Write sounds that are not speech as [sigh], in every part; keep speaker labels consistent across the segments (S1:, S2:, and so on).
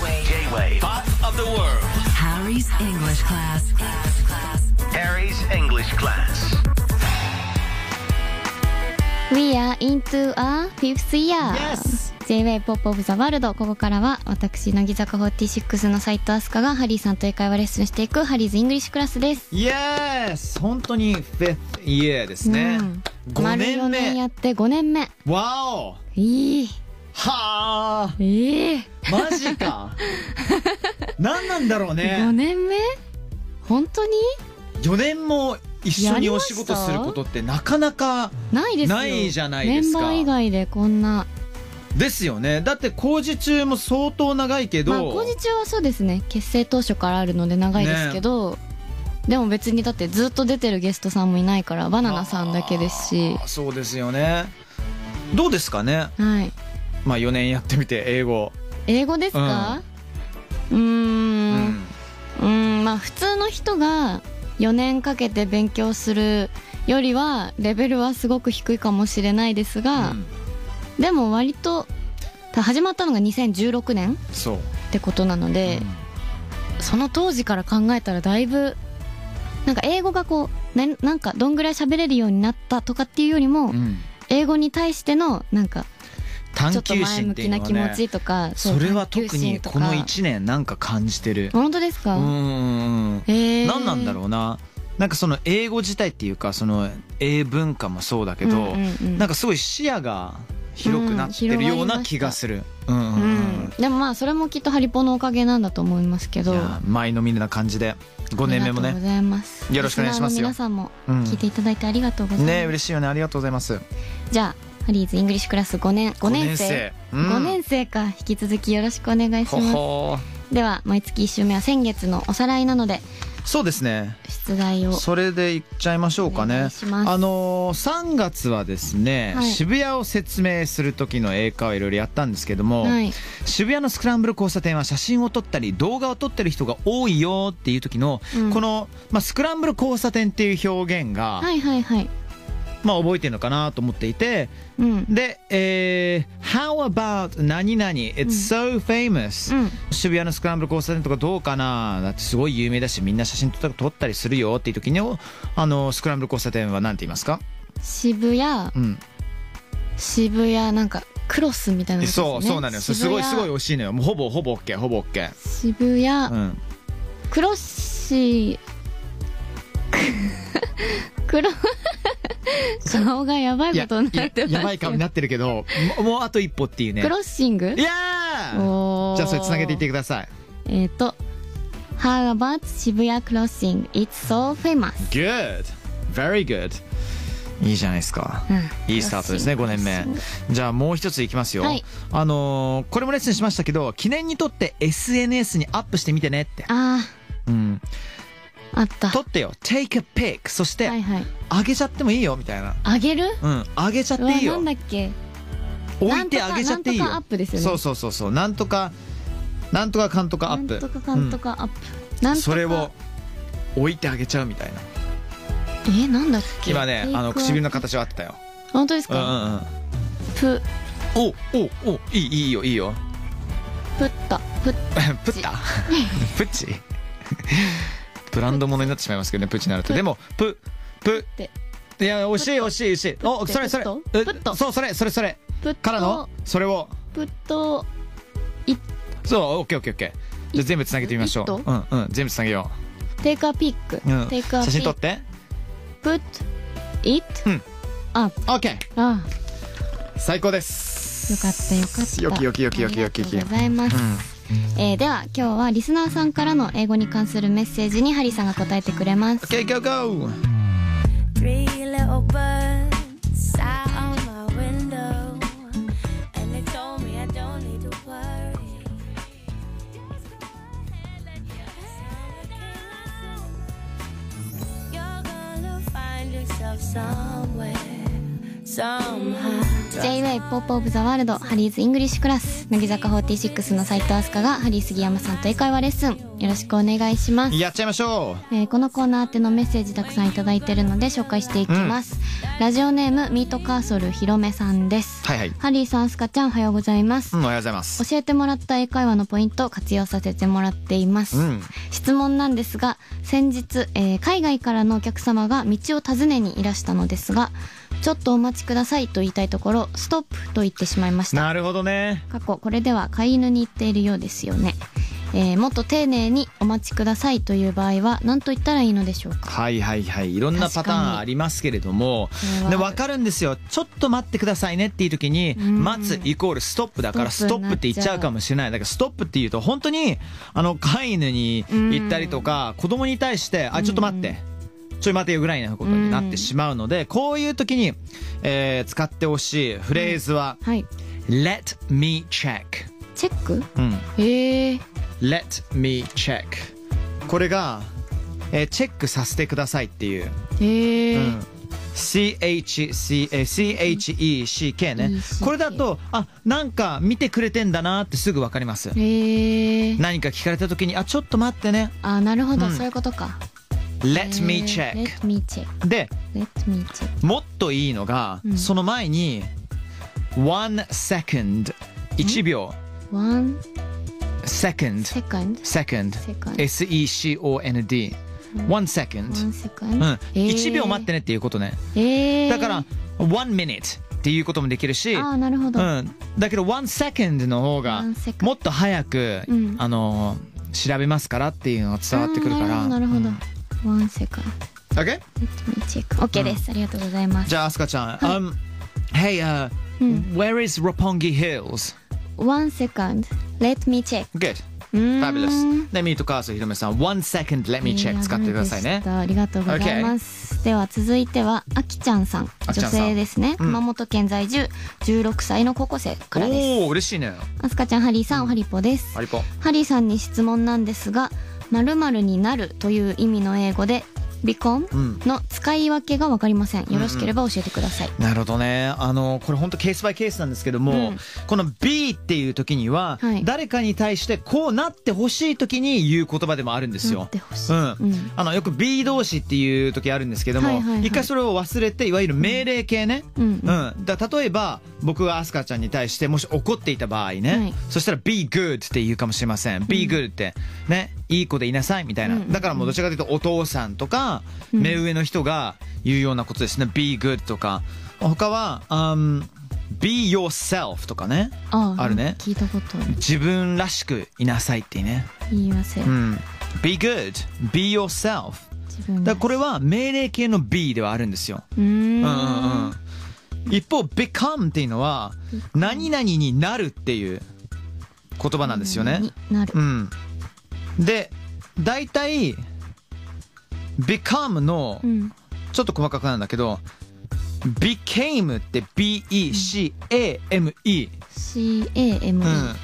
S1: Gateway Pop of the World.
S2: Harry's English class.
S1: Harry's English Class.
S3: We are into a fifth year.
S4: Yes!
S3: J-Way Pop of the World ここからは私乃木坂46の斉藤飛鳥がハリーさんと英会話レッスンしていくハリーズイングリッシュクラスです、
S4: Yes! 本当に fifth year ですね。五
S3: 丸
S4: 年
S3: 4年
S4: 目
S3: や。って5年目
S4: わお
S3: いい
S4: はあ
S3: ええ
S4: マジ
S3: [laughs]
S4: か何なんだろう
S3: 5
S4: ね。
S3: 年目本当に
S4: 4年も一緒にお仕事することってなかなか
S3: ないですよ
S4: ないじゃないですか
S3: メンバー以外でこんな
S4: ですよね。だって工事中も相当長いけど。
S3: まあ工事中はそうですね結成当初からあるので長いですけど、でも別にだってずっと出てるゲストさんもいないからバナナさんだけですし
S4: あーそうですよねどうですかね
S3: はい
S4: まあ4年やってみて英語
S3: 英語ですかうー
S4: うん
S3: うーんまあ普通の人が4年かけて勉強するよりはレベルはすごく低いかもしれないですが、
S4: うん
S3: でも割と始まったのが2016年
S4: そう、
S3: ってことなので、その当時から考えたらだいぶなんか英語がこうななんかどんぐらい喋れるようになったとかっていうよりも、
S4: うんうん
S3: 英語に対してのなんかちょ
S4: 探
S3: っと
S4: 求
S3: 前
S4: 心っ
S3: 向
S4: てい
S3: き
S4: うの
S3: な
S4: は
S3: 気持
S4: ね
S3: ちとか
S4: それは特にこの
S3: 一
S4: 1年なんか感じてる
S3: 本当です
S4: う
S3: か、
S4: ん
S3: えー、
S4: 何なんだろうななんかその英語自体っていうかその英文化もそうだけど、
S3: うんうんうん
S4: なんかすごい視野が広くなって
S3: うん広がり
S4: る
S3: ました
S4: ような気がする、うんうんう
S3: うん
S4: ん、
S3: でもまあそれもきっとハリポのおかげなんだと思いますけど
S4: いや前のみな感じで5年目も
S3: ありがとうご
S4: ね
S3: ざいます
S4: よろしくお願いしますよ
S3: リスナーの皆さ
S4: うんん
S3: も聞いていただいてありがとうございます、
S4: ね嬉しいよねありがとうございます
S3: じゃあハリーズイングリッシュクラス5年5年生
S4: 五
S3: 5
S4: うん
S3: 年生か引き続きよろしくお願いし
S4: ほ
S3: ます
S4: ほ
S3: では毎月1週目は先月のおさらいなので
S4: そうですね
S3: 出題を
S4: それでいっちゃいましょうか
S3: お願
S4: ね
S3: いします
S4: あのー、3月はですね、
S3: はい
S4: 渋谷を説明する時の英会話をいろいろやったんですけども、
S3: はい
S4: 渋谷のスクランブル交差点は写真を撮ったり動画を撮ってる人が多いよっていう時の、
S3: うん
S4: この、まあ、スクランブル交差点っていう表現が、
S3: はいはいはい
S4: まあ、覚えてるのかなと思っていて
S3: うん
S4: で、えー、How about 何々 It's so famous、
S3: うん
S4: 渋谷のスクランブル交差点とかどうかなだってすごい有名だしみんな写真撮った撮ったりするよっていう時にあのスクランブル交差点は何て言いますか、
S3: 渋谷
S4: うん
S3: 渋谷なんかクロスみたいなことですね
S4: そうそうなのよすごいすごい惜しいのよもうほぼほぼ OK ほぼ OK、
S3: 渋谷渋谷
S4: うん、
S3: クロッシークロ [laughs] 顔がやばいことになってます
S4: やばい顔になってるけどももうあと一歩っていうね
S3: クロッシング
S4: いやー
S3: おー
S4: じゃあそれつなげていってください
S3: えっ、と How about 渋谷クロッシング It's so famous
S4: Good very good いいじゃないですか
S3: うん
S4: いいスタートですね
S3: ク
S4: 5
S3: ロッシ
S4: 年
S3: ング
S4: 目じゃあもう一ついきますよ、
S3: はい
S4: あのーこれもレッスンしましたけど記念にとって SNS にアップしてみてねって、
S3: あ
S4: うん、
S3: ああった
S4: 撮ってよ take a pic そして、
S3: はいはい
S4: あげちゃってもいいよみたいな
S3: あげる
S4: うんあげちゃっ
S3: う
S4: て
S3: わ
S4: いい
S3: な
S4: よ
S3: んだっけ
S4: 置いてあげちゃっていいよ
S3: なんとかなんとかアップですよね
S4: そうそうそうそうなんとかなんとかかんとかアップ
S3: なんとかかんとかアップ、な
S4: うんん
S3: とか
S4: それを置いてあげちゃうみたいな
S3: えなんだっけ
S4: 今ねあの唇の形はあってたよ
S3: 本当です
S4: うんう
S3: か、
S4: んうん
S3: プ
S4: おおおいいいいよいいよ
S3: プッタプッ
S4: [laughs] プッタプッチ [laughs] ブランドものになってしまいますけどねプッチになるとでもププ
S3: て
S4: いや惜しい惜しい惜しいお
S3: プッ
S4: それそれ
S3: プッ
S4: う
S3: プッと
S4: そうそれそれそれ
S3: プッ
S4: からの
S3: と
S4: それを
S3: プッと
S4: そうオッケーオッケーオッケーじゃあ全部つなげてみましょ
S3: いっ
S4: う
S3: と
S4: うんうん全部つなげよ
S3: テイクアピック、
S4: う、うん、
S3: テイクア
S4: 写
S3: ピ
S4: 真撮
S3: ッ
S4: っ
S3: ク
S4: て
S3: put it
S4: うん
S3: up
S4: オッケー
S3: あ
S4: 最高
S3: あ
S4: で
S3: よ
S4: す
S3: かったよかった
S4: よきよきよきよきよき
S3: ありがとうございます、えーでは今日はリスナーさんからの英語に関するメッセージにハリーさんが答えてくれます
S4: OK go go
S5: Three little birds out on my window, and they told me I don't need to worry. Just go ahead, let your You're gonna find yourself somewhere, somehow.
S3: J-WAVE ポップオブザワールドハリーズイングリッシュクラス乃木坂46の斉藤飛鳥がハリー杉山さんと英会話レッスンよろしくお願いします
S4: やっちゃいましょ
S3: えーこのコーナー宛てのメッセージたくさんいただいてるので紹介していきます、ラジオネームミートカーソルひろめさんです
S4: うはいはい、
S3: ハリーさんスカちゃんおはようございます、
S4: うん、おはようございます
S3: 教えてもらった英会話のポイントを活用させてもらっています、
S4: うん
S3: 質問なんですが先日、えー海外からのお客様が道を尋ねにいらしたのですがちょっとお待ちくださいと言いたいところストップと言ってしまいました
S4: なるほどね
S3: 過去これでは飼い犬に言っているようですよね、えーもっと丁寧にお待ちくださいという場合は何と言ったらいいのでしょうか
S4: はいはいはいいろんなパタ
S3: 確か
S4: ーン
S3: に
S4: ありますけれども
S3: これ
S4: で
S3: は
S4: 分かるんですよちょっと待ってくださいねっていう時に
S3: ん
S4: 待つイコールストップだから
S3: ス
S4: ス
S3: ト
S4: ト
S3: ップ
S4: ッ
S3: に
S4: プ
S3: なっちゃう
S4: って言っちゃうかもしれないだからストップっていうと本当にあの飼い犬に言ったりとか子供に対して「あちょっと待って」ちょい待てよぐらいなことになってしまうのでこういう時に、えー使ってほしいフレーズは
S3: はい
S4: 「Let me check」
S3: チェック
S4: うん
S3: へえ
S4: Let me check これが、えーチェックさせてくださいっていう、
S3: へえ、
S4: うん、CHC えー CHECK ね
S3: ECK
S4: これだとあなんか見てくれてんだなってすぐ分かります
S3: へえ
S4: 何か聞かれた時にあちょっと待ってね
S3: あなるほど、
S4: うん
S3: そういうことか
S4: Let
S3: へ
S4: me
S3: ー
S4: check
S3: Let me check
S4: で
S3: Let me check
S4: もっといいのが、
S3: うん
S4: その前に one second 1秒
S3: One
S4: second
S3: second
S4: second
S3: second
S4: S-E-C-O-N-D one second
S3: One second
S4: うん、
S3: へー
S4: 1秒待ってねっていうことね、
S3: へー
S4: だから1 minute っていうこともできるし、
S3: ああなるほど、
S4: うん、だけど1 second の方が
S3: one second
S4: もっと早く、
S3: うん
S4: あのー調べますからっていうのが伝わってくるから
S3: あーなるほどなるほど、One second
S4: うん OK?
S3: Let me check OK です、ありがとうございます
S4: じゃあアスカちゃん、um, Hey、uh,
S3: うん
S4: where is Roppongi Hills?
S3: One second Let me check
S4: Good
S3: うーん
S4: Fabulous でミートカースひろめさん One second let me check 使ってください
S3: わ
S4: ね
S3: かりましたありがとうございます、では続いてはあきちゃんさん
S4: あきち
S3: 女
S4: ゃんさん
S3: 性ですね、
S4: うん
S3: 熊本県在住16歳の高校生からです
S4: おお嬉しいね
S3: あすかちゃんハリーさんおはりぽです
S4: アリポ
S3: ハリーさんに質問なんですが〇〇になるという意味の英語で become
S4: うん
S3: の使い分けがわかりませんよろしければ教えてください、
S4: なるほどねあのこれ本当ケースバイケースなんですけども、
S3: うん
S4: この B っていう時には、
S3: はい
S4: 誰かに対してこうなってほしい時に言う言葉でもあるんです
S3: な
S4: よ
S3: って。ほし
S4: う
S3: い、
S4: ん
S3: うん
S4: あのよく B 動詞っていう時あるんですけども、
S3: はいはいはい
S4: 一回それを忘れていわゆる命令形ね、
S3: うんうん
S4: うん、だ例えば僕がアスカちゃんに対してもし怒っていた場合ね、
S3: はい
S4: そしたら「be good」って言うかもしれません「be good」ってねいい子でいなさいみたいな、
S3: うんうんうん
S4: だからもうどちらかというとお父さんとか、
S3: うん
S4: 目上の人が言うようなことですね「be good」とか他は「um, be yourself」とかね
S3: あ
S4: あるね
S3: 聞いたこと
S4: 自分らしくいなさいっていうね
S3: 言い忘れ、
S4: 「うん、be good」「be yourself」
S3: 自分
S4: だからこれは命令形の B ではあるんですよ。
S3: うーん
S4: うんうんうん一方 become っていうのは何々になるっていう言葉なんですよね。
S3: になる
S4: うん、で大体 become の
S3: うん
S4: ちょっと細かくなんだけど became って B-E-C-A-M-E、
S3: CAME、
S4: うん、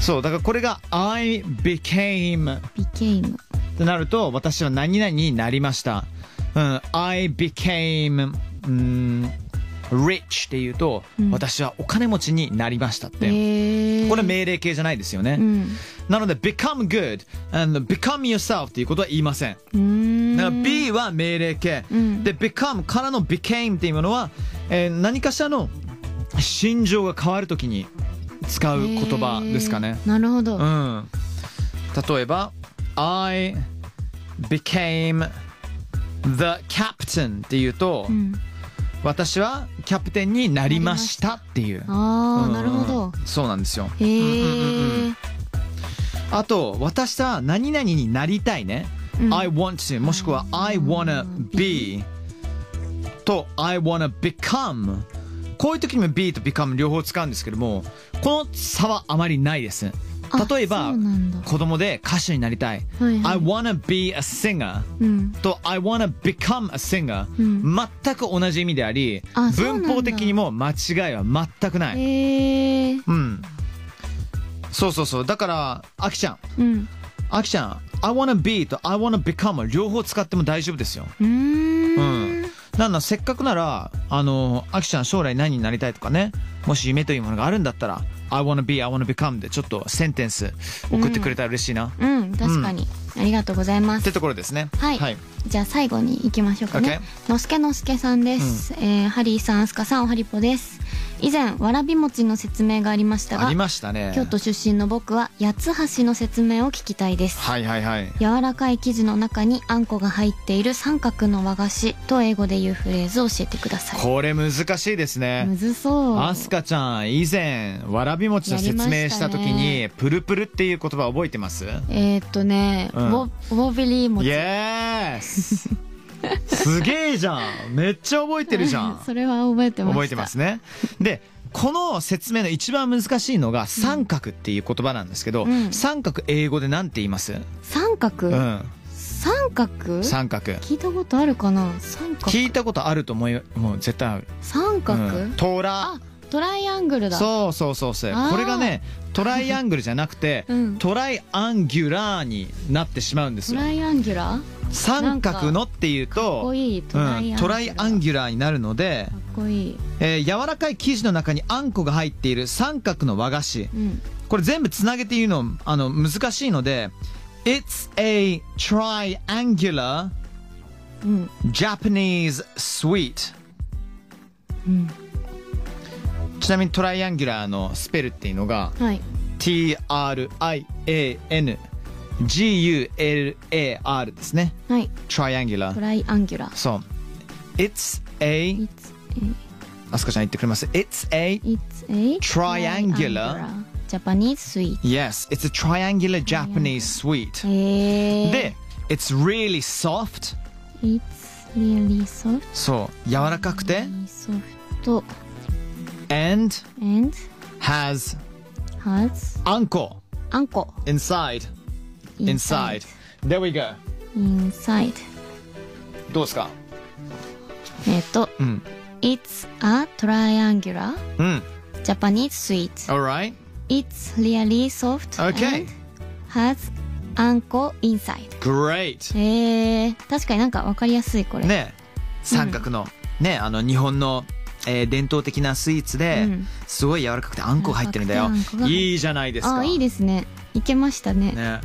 S4: そうだからこれが I became
S3: became
S4: ってなると私は何々になりました、うん、I became、うん、rich っていうと、
S3: うん
S4: 私はお金持ちになりましたって、
S3: へー
S4: これ命令形じゃないですよね、
S3: うん
S4: なので become good and become yourself っていうことは言いません
S3: うーん
S4: だから B は命令形、
S3: うん
S4: で become からの became っていうものは、えー何かしらの心情が変わるときに使う言葉ですかね、
S3: へーなるほど、
S4: うん、例えば「I became the captain」っていうと、
S3: うん
S4: 私はキャプテンになりましたっていう。
S3: ああ、
S4: うん
S3: なるほど
S4: そうなんですよ
S3: へ
S4: うんうんう
S3: え、
S4: あと私は何々になりたいね、
S3: うん、
S4: I want to もしくは I wanna be と I wanna become こういう時にも be と become 両方使うんですけどもこの差はあまりないです
S3: あ
S4: 例えば
S3: そうなんだ
S4: 子供で歌手になりたい
S3: はいはい
S4: I wanna be a singer
S3: うん
S4: と I wanna become a singer、
S3: うん
S4: 全く同じ意味であり
S3: あそうなん
S4: 文
S3: だ
S4: 法的にも間違いは全くない、
S3: へえ
S4: うんそうそうそうだからあきちゃん
S3: うん
S4: あきちゃん I wanna be と I wanna become は両方使っても大丈夫ですよ
S3: うーん
S4: うんなんなんせっかくならあのアキちゃん将来何になりたいとかねもし夢というものがあるんだったら「I wanna be I wanna become」でちょっとセンテンス送ってくれたら嬉しいな、っ
S3: うん確かに、ありがとうございます
S4: てところですね
S3: はい、
S4: はい、
S3: じゃあ最後に行きましょうかね、のすけのすけさんです、えーハリーさんすかさんおはりぽです以前わらび餅の説明がありました
S4: あ
S3: が
S4: りましたね
S3: 京都出身の僕は八つ橋の説明を聞きたいです、
S4: はいはいはい
S3: 柔らかい生地の中にあんこが入っている三角の和菓子と英語で言うフレーズを教えてください
S4: これ難しいですね
S3: むずそう
S4: アスカちゃん以前わらび餅の説明した時
S3: やりま
S4: にプルプルっていう言葉覚えてます
S3: えー、っとね、
S4: う
S3: うんウォービリー餅
S4: イエース [laughs] すげえじゃんめっちゃ覚えてるじゃん
S3: [laughs] それは覚えてました
S4: 覚えてますねでこの説明の一番難しいのが三角っていう言葉なんですけど、
S3: うん
S4: 三角英語で何て言います、
S3: 三角、
S4: うん、
S3: 三角
S4: 三角
S3: 聞いたことあるかな三角
S4: 聞いたことあると思いもう絶対ある
S3: 三角、
S4: うん、トラ
S3: あトライアングルだ
S4: そうそうそうそう
S3: あー
S4: これがねトライアングルじゃなくて、
S3: [laughs] うん
S4: トライアンギュラーになってしまうんです
S3: ト
S4: よ
S3: ライアンギュラーか
S4: 三角のっていう
S3: っ
S4: と
S3: こいいトライアンギュラー、
S4: うん、トライアン
S3: ギ
S4: ギュラーになるので、
S3: かっこいい
S4: えー柔らかい生地の中にあんこが入っている三角の和菓子
S3: うん
S4: これ全部つなげて言うのあの難しいので It's a triangular
S3: うん
S4: Japanese sweet、
S3: うん
S4: ちなみにトライアンギュラーのスペルっていうのが
S3: はい
S4: TRIANGULAR ですね
S3: はい
S4: トライアンギュラ
S3: ト
S4: ー
S3: ライアンギュラー
S4: そう It's a
S3: It's a,
S4: あすかちゃん言ってくれます It's a
S3: it's a
S4: Triangular
S3: Japanese sweet
S4: Yes, it's a triangular Japanese sweet.
S3: へー
S4: で、It's really soft.
S3: It's really soft
S4: そう、柔らかくて。
S3: soft
S4: And
S3: and
S4: has
S3: has
S4: あんこ
S3: あんこ
S4: inside. Inside. There we go.
S3: inside
S4: どうですか
S3: えっと、
S4: うん。
S3: It's a triangular
S4: うん。
S3: Japanese sweet
S4: Alright.
S3: It's really soft
S4: Okay.
S3: and has あんこ inside
S4: Great.
S3: へえ確かになんかわかりやすいこれ
S4: ね、三角の、ね、あの日本の、えー伝統的なスイーツで、
S3: うん
S4: すごい柔らかくてあんこ入ってるんだよ
S3: 柔らかくてあんこ。が入ってる
S4: いいじゃないですか。
S3: あいいですねいけましたね
S4: ね。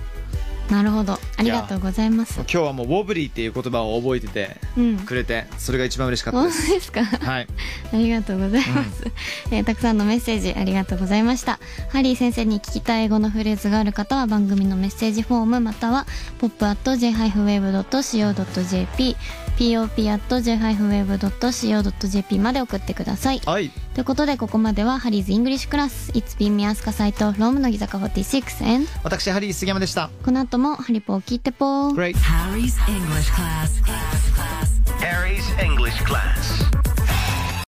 S3: なるほどありがとうございます
S4: 今日はもうウォブリーっていう言葉を覚えてて
S3: うん
S4: くれて、それが一番嬉しかった
S3: 本
S4: で
S3: 当
S4: す。
S3: です
S4: [laughs]
S3: か
S4: はい。
S3: ありがとうございます、えーたくさんのメッセージありがとうございましたハリー先生に聞きたい英語のフレーズがある方は番組のメッセージフォームまたは pop.j-wave.co.jp pop.j-wave.co.jp まで送ってください
S4: はい。
S3: ということでここまではハリーズイングリッシュクラス It's been me アスカサイトローム乃木坂46 and
S4: 私ハリー杉山でした。
S3: この後もハリポを聞いてぽー
S4: Great.
S2: Harry's English class.
S1: Harry's English class.